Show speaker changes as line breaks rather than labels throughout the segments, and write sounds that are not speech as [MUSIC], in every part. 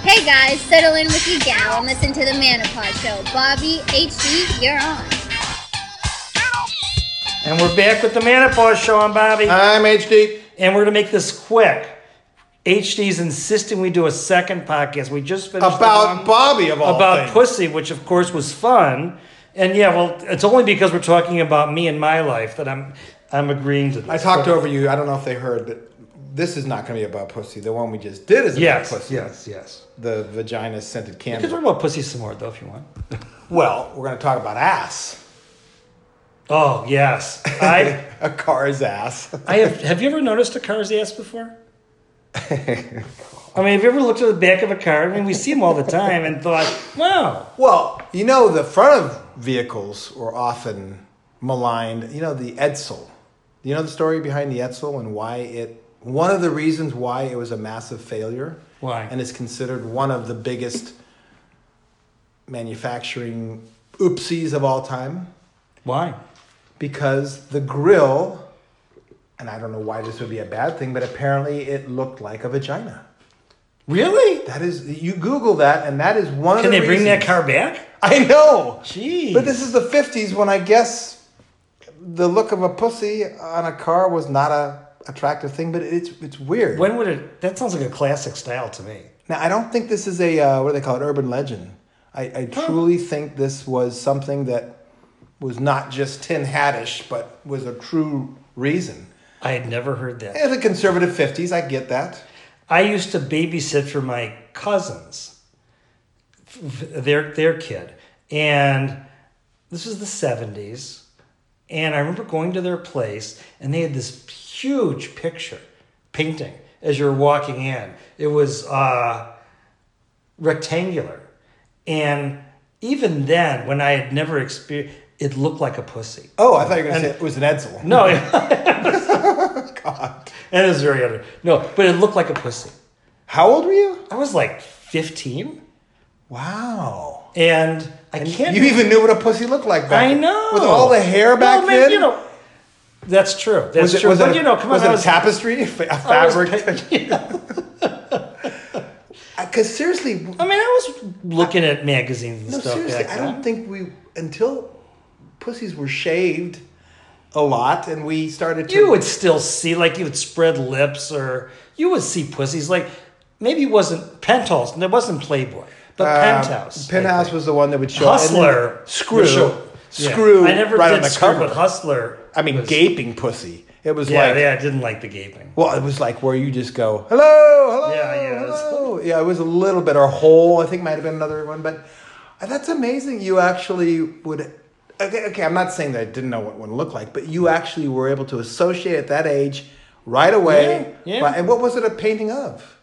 Hey guys, settle in with your gal and listen to the Manipod Show. Bobby, HD, you're on.
And we're back with the Manipause Show. I'm Bobby.
I'm HD.
and we're going to make this quick. HD's insisting we do a second podcast. We just finished the
About
one
Bobby of all
about
things.
pussy, which of course was fun. And yeah, well, it's only because we're talking about me and my life that I'm I'm agreeing to this.
I talked
But-
over you. I don't know if they heard that this is not going to be about pussy. The one we just did is about
Yes,
pussy.
yes, yes.
The vagina scented
You can talk
candle.
about pussy some more though if you want.
Well, we're going to talk about ass. [LAUGHS]
Oh yes, I
a car's ass.
I have. Have you ever noticed a car's ass before?
[LAUGHS]
I mean, have you ever looked at the back of a car? I mean, we see them all the time and thought, wow,
Well, you know, the front of vehicles were often maligned. You know, the Edsel. You know the story behind the Edsel and why it. One of the reasons why it was a massive failure.
Why?
And it's considered one of the biggest manufacturing oopsies of all time
why?
because the grill, and I don't know why this would be a bad thing, but apparently it looked like a vagina.
Really?
That is, you Google that, and that is one of
Can
the
they bring that
reasons-
car back?
[LAUGHS] I know.
Jeez.
But this is the 50s when I guess the look of a pussy on a car was not a attractive thing, but it's it's weird.
When would it? That sounds like a classic style to me.
now, I don't think this is a, uh, what do they call it, urban legend. I, I truly think this was something that was not just tin hattish, but was a true reason.
I had never heard that.
In the conservative 50s, I get that.
I used to babysit for my cousins, f- f- their their kid, and this was the seventies. And I remember going to their place, and they had this huge picture painting as you're walking in. It was uh, rectangular, and even then, when I had never experienced, it looked like a pussy.
Oh, I thought you were going to say it was an Edsel.
No. [LAUGHS] And it was very under. No, but it looked like a pussy.
How old were you?
I was like 15,
Wow.
and I can't.
You even knew what a pussy looked like back
I
then.
know
With all the hair back
Well, man,
then?
You know, that's true. That's
Was it,
true.
was
but
it,
you know, come
was
on,
it
I
a
was,
tapestry, [LAUGHS] a
I was
fabric? [LAUGHS] Because seriously,
I mean, I was looking at magazines and
no,
stuff.
seriously,
back
I
then.
don't think we until pussies were shaved a lot, and we started to.
You would still see, like, you would spread lips, or you would see pussies. Like, maybe it wasn't Penthouse, and it wasn't Playboy, but
uh,
Penthouse. I
Penthouse
think.
was the one that would show and then
Hustler.
Screw.
would show- Yeah.
Screw.
I never
right
did
on the
Screw,
cover.
but Hustler.
I mean,
was-
gaping pussy. It was
Yeah,
like
yeah, I didn't like the gaping.
Well, it was like where you just go, hello, hello,
Yeah, yeah, it was-
hello. Yeah, it was a little bit, or whole, I think might have been another one, but uh, that's amazing. You actually would, okay, okay, I'm not saying that I didn't know what one looked like, but you actually were able to associate at that age right away.
Yeah, yeah.
by- and what was it a painting of?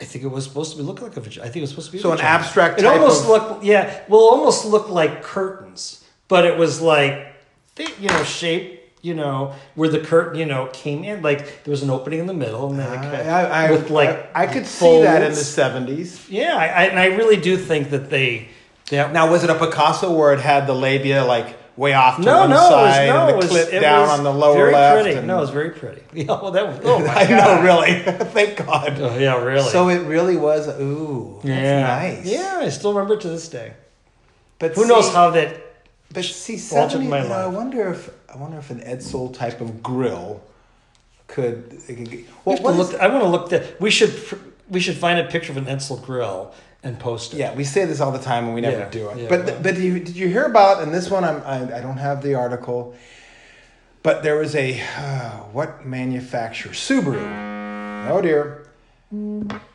I think it was supposed to be look like a vagina. I think it was supposed to be. a
So an
vagina.
abstract
It
type
almost
of-
looked yeah. Well, it almost looked like curtains, but it was like they, you know shape. You know where the curtain you know came in. Like there was an opening in the middle, and then it kind of,
I, I,
with like
I, I could see that in the
folds.
70s.
Yeah, I, I, and I really do think that they that
Now, was it a Picasso where it had the labia like way off to
no
one
no
side
it was, no
and the
it was,
clit
it
down
was
on the lower
very
left?
Pretty.
and-
No, it was very pretty. [LAUGHS] Yeah, well, that was oh my
[LAUGHS] I
God.
know, really. [LAUGHS] Thank God.
Oh, yeah, really.
So it really was. Ooh,
yeah,
that's nice.
Yeah, I still remember to this day.
but
Who
see-
knows how that
But see,
altered
seventy.
my
you know, I
life.
wonder if I wonder if an Edsel type of grill could. it could get-
We
Well,
have to
what
look-
is-
I want to look that. We should pr- we should find a picture of an Edsel grill and post it.
yeah, we say this all the time and we never
Yeah,
do it.
yeah,
but
well.
but did you, did you hear about? And this one, I'm, I I don't have the article. But there was a uh, what manufacturer Subaru. Oh dear,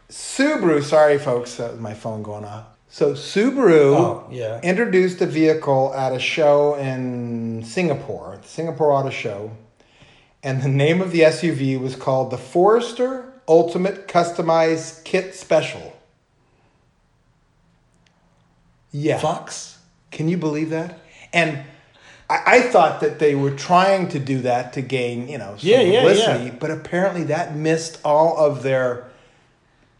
Subaru. Sorry, folks, that was my phone going off. So Subaru
Oh, yeah.
introduced a vehicle at a show in Singapore, the Singapore Auto Show, and the name of the SUV was called the Forester Ultimate Customized Kit Special. Yeah.
Fox.
Can you believe that? And I, I thought that they were trying to do that to gain, you know, some
Yeah, yeah,
publicity,
yeah.
but apparently that missed all of their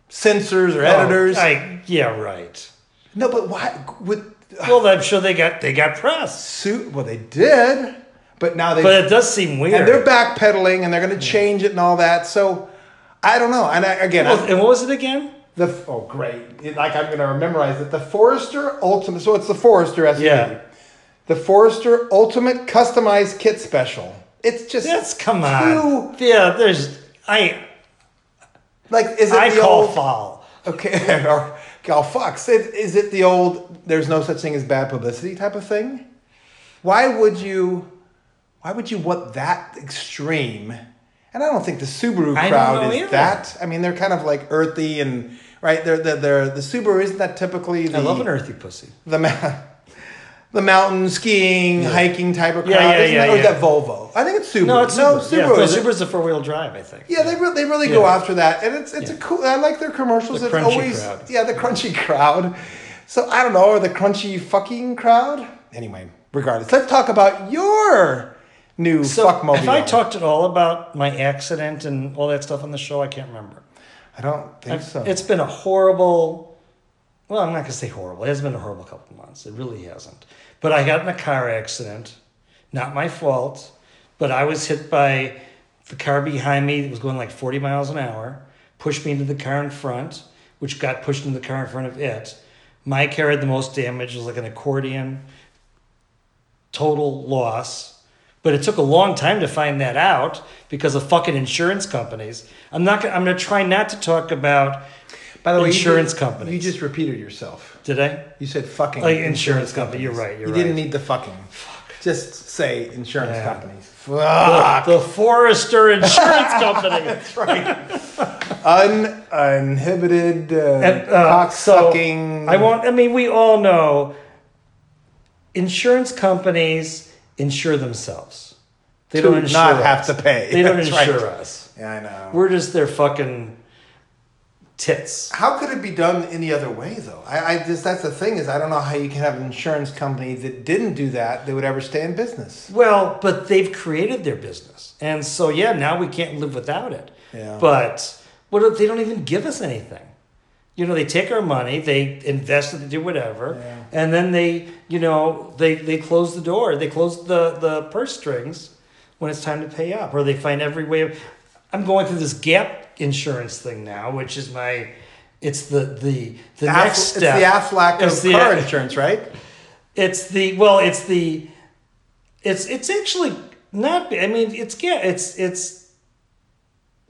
censors or
Oh,
editors.
I, yeah, right.
no, but why would
Well, I'm sure they got they got press,
suit? Well, they did, but now they
but it does seem weird.
and they're backpedaling and they're going to change it and all that. So I don't know. And I, again,
Well,
I-
and what was it again?
The f- oh great, It- like I'm gonna memorize it. The Forester Ultimate. So it's the Forester SUV.
Yeah.
The Forester Ultimate Customized Kit Special. It's just
That's come on.
too-
Yeah, there's I
like is it
I
the
call
old
foul.
okay [LAUGHS] or call Fox? Is, is it the old "there's no such thing as bad publicity" type of thing? Why would you? Why would you want that extreme? And I don't think the Subaru
I don't
crowd
know
is
either.
that. I mean, they're kind of like earthy and right. They're, they're, they're the Subaru isn't that typically the
I love an earthy pussy.
the ma- the mountain skiing, hiking type of crowd.
Yeah, yeah,
Isn't that,
yeah,
or is
yeah.
that Volvo? I think it's Subaru.
No, it's
no
Subaru. Yeah, no,
is it?
Subaru's a four wheel drive, I think.
Yeah, they really, they really go
Yeah.
after that, and it's it's a cool. I like their commercials.
The
it's
crunchy
always
crowd.
yeah, the crunchy crowd. So I don't know, or the crunchy fucking crowd. Anyway, regardless, let's talk about your new
So
fuck mobile.
if I talked at all about my accident and all that stuff on the show, I can't remember.
I don't think so.
It's been a horrible. Well, I'm not gonna say horrible. It has been a horrible couple of months. It really hasn't. But I got in a car accident, not my fault. But I was hit by the car behind me that was going like 40 miles an hour, pushed me into the car in front, which got pushed into the car in front of it. My car had the most damage. It was like an accordion. Total loss. But it took a long time to find that out because of fucking insurance companies. I'm not. Gonna, I'm going to try not to talk about.
By the way, you
insurance
just-
companies.
You just repeated yourself.
Did I?
You said fucking
Like insurance company, you're right, you're
you didn't
right.
need the fucking. Just say insurance
Yeah.
companies.
The Forrester
[LAUGHS]
Insurance Company.
Un uninhibited uh,
And, uh,
cock
so,
sucking.
I won't. I mean, we all know insurance companies insure themselves. They
To
don't insure
not have
us.
to pay.
They don't
That's right.
insure us.
Yeah, I know.
We're just their fucking tits.
How could it be done any other way, though? I, I just that's the thing is I don't know how you can have an insurance company that didn't do that that would ever stay in business.
Well, but they've created their business, and so yeah, now we can't live without it.
Yeah.
But what if they don't even give us anything? You know, they take our money, they invest it, they do whatever,
Yeah.
and then they, you know, they they close the door, they close the the purse strings when it's time to pay up, or they find every way. Of, I'm going through this gap insurance thing now, which is my, it's the the the
Affle-
next step.
It's the Aflac
It's
of
the-
car insurance, right?
It's the well, it's the it's it's actually not I mean, it's yeah, it's it's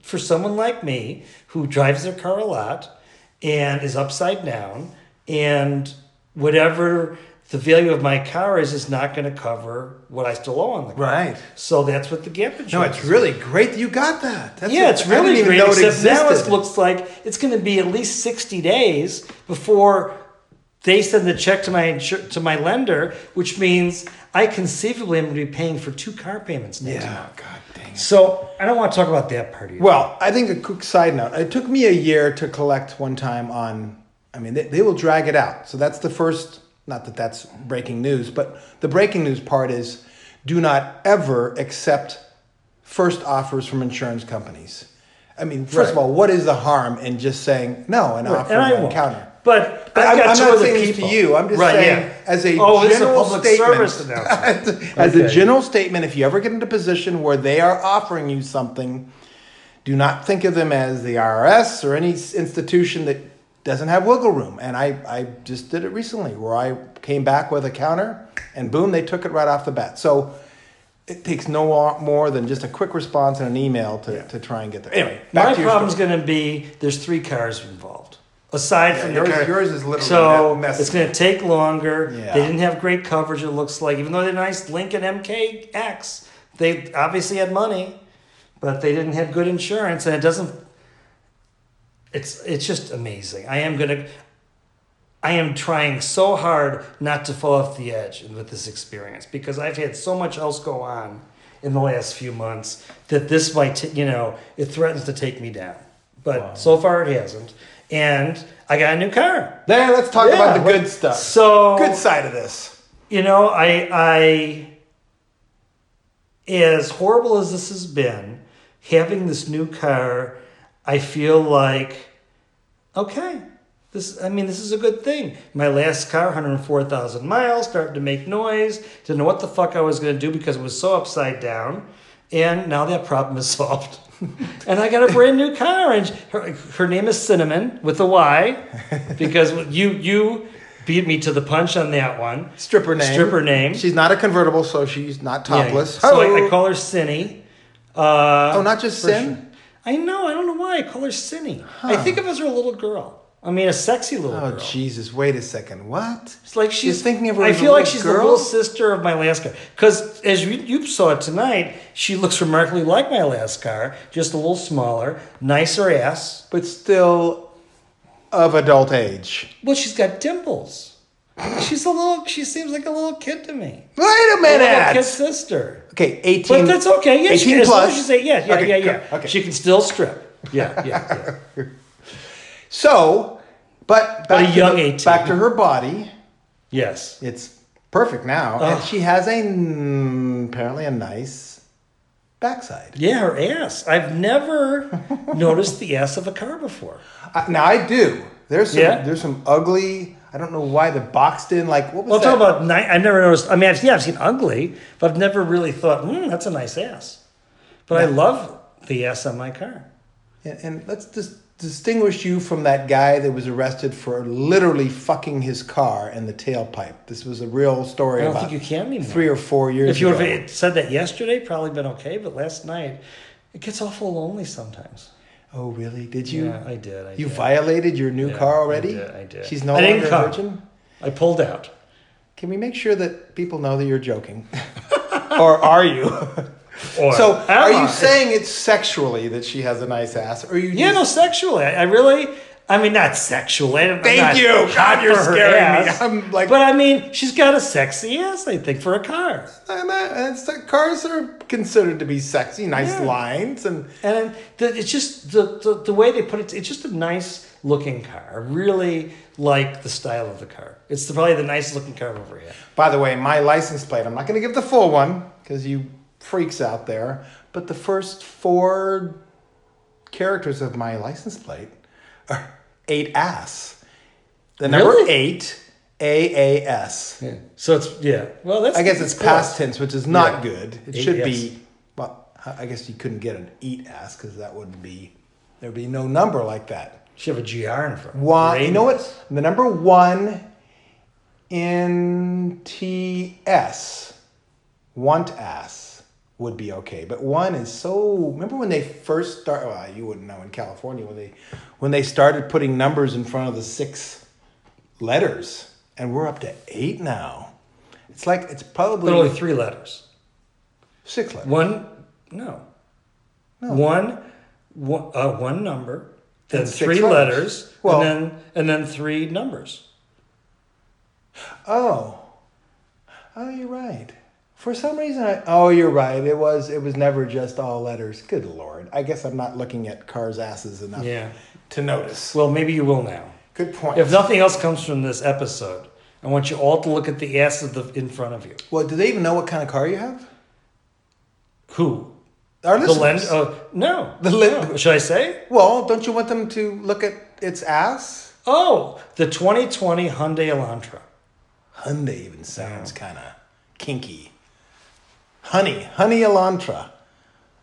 for someone like me who drives their car a lot and is upside down and whatever the value of my car is is not going to cover what I still owe on the car.
Right.
So that's what the gap insurance.
No, it's
is.
really great that you got that. That's
yeah,
a-
it's
I didn't
really
even
great.
know it
except now it
existed.
looks like it's going to be at least sixty days before they send the check to my insur- to my lender, which means I conceivably am going to be paying for two car payments next month.
Yeah, god dang it.
So I don't want to talk about that part. Either.
Well, I think a quick side note. It took me a year to collect one time on. I mean, they, they will drag it out. So that's the first. Not that that's breaking news, but the breaking news part is: do not ever accept first offers from insurance companies. I mean, first of
Right.
all, what is the harm in just saying no and offer
and I
and
won't.
counter?
But
I'm,
I've got
I'm
two
not
other
saying this to
people.
you. I'm just
Right,
saying,
yeah.
as a
oh, this is a
general
public
statement,
service announcement.
[LAUGHS] as a
Okay.
general statement, if you ever get into a position where they are offering you something, do not think of them as the IRS or any s- institution that doesn't have wiggle room. And I, I just did it recently where I came back with a counter and boom, they took it right off the bat. So it takes no wa- more than just a quick response and an email to, to try and get there. Anyway, back
My
to your
problem's
story.
going to be there's three cars involved. Aside from the
yours-
car-
yours is literally
so
that mess.
it's going to take longer.
Yeah.
They didn't have great coverage. It looks like even though they're nice Lincoln MKX, they obviously had money, but they didn't have good insurance, and it doesn't. It's it's just amazing. I am gonna. I am trying so hard not to fall off the edge with this experience because I've had so much else go on in the last few months that this might, t- you know, it threatens to take me down. But so far it hasn't. And I got a new car.
There, let's talk
Yeah,
about the
what-
good stuff.
So
good side of this.
you know, I I as horrible as this has been, having this new car, I feel like okay, this I mean this is a good thing. My last car, 104,000 miles, started to make noise, didn't know what the fuck I was going to do because it was so upside down. And now that problem is [LAUGHS] solved. and I got a brand new car. And her, her name is Cinnamon with a Y because you you beat me to the punch on that one.
Stripper name.
Stripper name.
She's not a convertible, so she's not
Yeah,
topless.
So
Hello.
I, I call her Cinny. Uh,
Oh, not just
for
Sin?
sure. I know. I don't know why I call her Cinny. I think of her as her little girl. I mean, a sexy little
Oh
girl.
Jesus! Wait a second. What?
It's like she's
thinking of her
I
as a
feel like
little
she's the
girl?
little sister of my last car. Because as you, you saw tonight, she looks remarkably like my last car, just a little smaller, nicer ass.
But still, of adult age.
Well, she's got dimples. She's a little. She seems like a little kid to me.
Wait a
A little kid
minute.
sister.
Okay, eighteen.
But that's okay. Yeah, she,
18
as long
plus.
as you say yeah, yeah,
Okay,
yeah, yeah.
cool. Okay.
She can still strip. Yeah, yeah,
[LAUGHS]
yeah.
So, but back
a
to
young
the-
18.
Back to her body.
yes.
It's perfect now, and
Ugh.
she has a mm, apparently a nice backside.
Yeah, her ass. I've
[LAUGHS]
never noticed the ass of a car before.
Uh, now I do. There's some,
Yeah?
there's some ugly. I don't know why the boxed in like what was
Well,
that?
talk about ni- I've never noticed. I mean, I've, yeah, I've seen ugly, but I've never really thought, hmm, that's a nice ass. But I love the ass on my car.
And, and let's dis- distinguish you from that guy that was arrested for literally fucking his car and the tailpipe. This was a real story.
I don't
about
think you can anymore.
Three or four years
If you would
ago.
have said that yesterday, probably been okay. But last night, it gets awful lonely sometimes.
oh, really? Did you?
Yeah, I did. I
You
did.
violated your new
Yeah,
car
I
already.
did, I did.
She's no
I didn't
longer a
come.
virgin.
I pulled out.
Can we make sure that people know that you're joking, [LAUGHS] or are you?
Or
so,
am
are
I?
you saying it's sexually that she has a nice ass, or are you?
Yeah, no, sexually. I, I really, I mean, not sexually. I'm
Thank
not
you.
hot
God, you're
for her
scaring me.
ass.
I'm like-
but I mean, she's got a sexy ass, I think, for a car.
And that, that's that cars are considered to be sexy, nice
Yeah.
lines, and
And the, it's just the, the the way they put it. It's just a nice looking car. I really like the style of the car. It's the, probably the nicest looking car I've ever had.
By the way, my license plate, I'm not going to give the full one because you freaks out there, but the first four characters of my license plate are eight ass. The number
Really?
eight, A A S.
So it's yeah. Well, that's
I guess it's
close.
past tense, which is not
Yeah.
good. It
Eight
should
ass.
be, well, I I guess you couldn't get an eat ass because that wouldn't be, there'd be no number like that.
She have a GR in front.
One,
Great.
you know what? The number one in TS, want ass would be okay, but one is so. Remember when they first start? Well, you wouldn't know in California when they when they started putting numbers in front of the six letters, and we're up to eight now. It's like it's probably
But only three letters.
six letters.
One, no. One, one, uh, one number, then
And six
three
letters.
letters,
Well-
and then and then three numbers.
Oh, oh, you're right. For some reason, I oh, you're right. It was it was never just all letters. Good lord. I guess I'm not looking at cars' asses enough
Yeah.
to notice.
Well, maybe you will now.
Good point.
If nothing else comes from this episode, I want you all to look at the ass of the in front of you.
well, do they even know what kind of car you have?
Who?
Our
The
listeners.
lens? Oh no.
[LAUGHS] The lens-
No. Should I say?
well, don't you want them to look at its ass?
Oh, the 2020 Hyundai Elantra.
Hyundai even sounds kind of kinky. Honey, honey Elantra.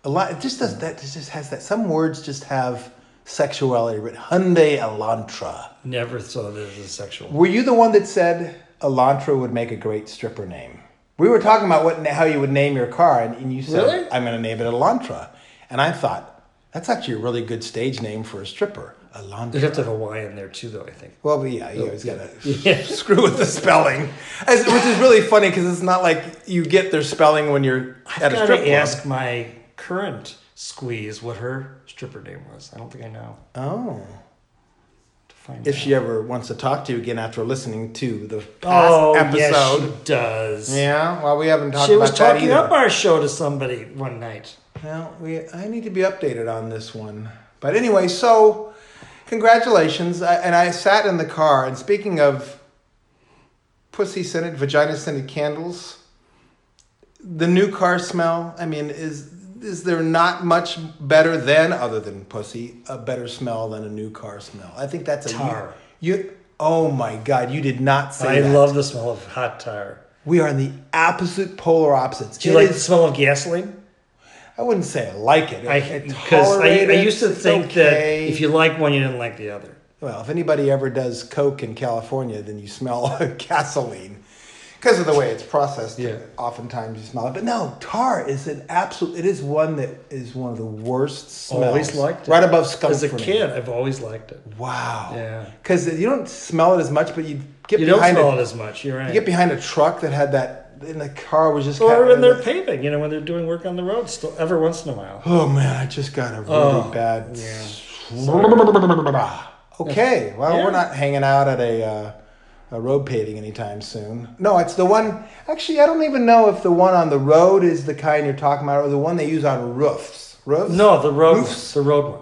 A lot. It just does that. It just has that. Some words just have sexuality. But Hyundai Elantra.
Never saw this as a sexual.
Were you the one that said Elantra would make a great stripper name? We were talking about what how you would name your car, and, and you said,
Really?
"I'm going to name it Elantra," and I thought that's actually a really good stage name for a stripper,
You
Elantra.
have to have a Y in there too, though. I think. [LAUGHS]
Well, but yeah, you always got to
Oh, Yeah. [LAUGHS]
[LAUGHS] screw with the spelling, As, which is really funny because it's not like you get their spelling when you're at a
I
strip
gotta
club.
ask my current squeeze what her stripper name was. I don't think I know.
oh,
To find
if
out.
she ever wants to talk to you again after listening to the past
oh
episode,
yes, she does.
yeah, well, we haven't talked
She
about
was
that
talking
either.
up our show to somebody one night.
Well, we I need to be updated on this one. But anyway, so congratulations. I, and I sat in the car. And speaking of pussy scented, vagina scented candles, the new car smell. I mean, is is there not much better than other than pussy a better smell than a new car smell? I think that's a
Tar.
You. Oh my God! You did not say
I
that.
love the smell of hot tar.
We are in the opposite polar opposites.
Do you
It
like
is-
the smell of gasoline?
I wouldn't say I like it.
I because I, I, used to think that if you like one, you didn't like the other.
well, if anybody ever does coke in California, then you smell [LAUGHS] gasoline because of the way it's processed.
Yeah.
oftentimes you smell it, but no, tar is an absolute. It is one that is one of the worst smells.
Always liked it.
right above skunk.
As a
for me.
kid, I've always liked it.
wow.
Yeah.
because you don't smell it as much, but you get
You don't
behind
smell
a,
it as much. You're right.
You get behind a truck that had that, and the car was just
or
kinda-
when they're paving, you know, when they're doing work on the road, still every once in a while.
Oh man, I just got a really
Oh,
bad.
yeah.
Okay, well
Yeah.
we're not hanging out at a, uh, a road paving anytime soon. No, it's the one. Actually, I don't even know if the one on the road is the kind you're talking about, or the one they use on roofs. Roofs?
No, the road,
Roofs.
the road one.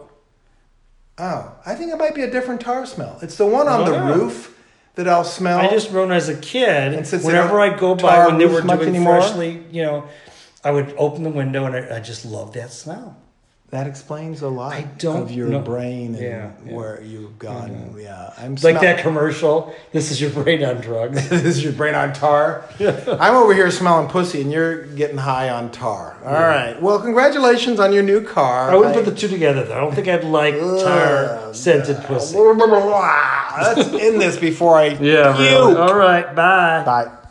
Oh, I think it might be a different tar smell. It's the one on
I
the
don't know.
roof that I'll smell.
I just remember as a kid,
And since they
whenever
don't
I go by
tar
when they
roof
were
much
doing
anymore?
freshly, you know, I would open the window and I, I just loved that smell.
that explains a lot
I don't
of your
know.
brain and
Yeah, yeah. Mm-hmm.
where you've gone. Yeah, I'm
Like
smell-
that commercial, this is your brain on
[LAUGHS]
drugs.
this is your brain on tar. I'm over here smelling pussy, and you're getting high on tar. All right. Well, congratulations on your new car.
I wouldn't put the two together though. I don't think I'd like tar
Ugh,
scented
[LAUGHS]
pussy.
Let's end this before I. You.
All right. Bye.
Bye.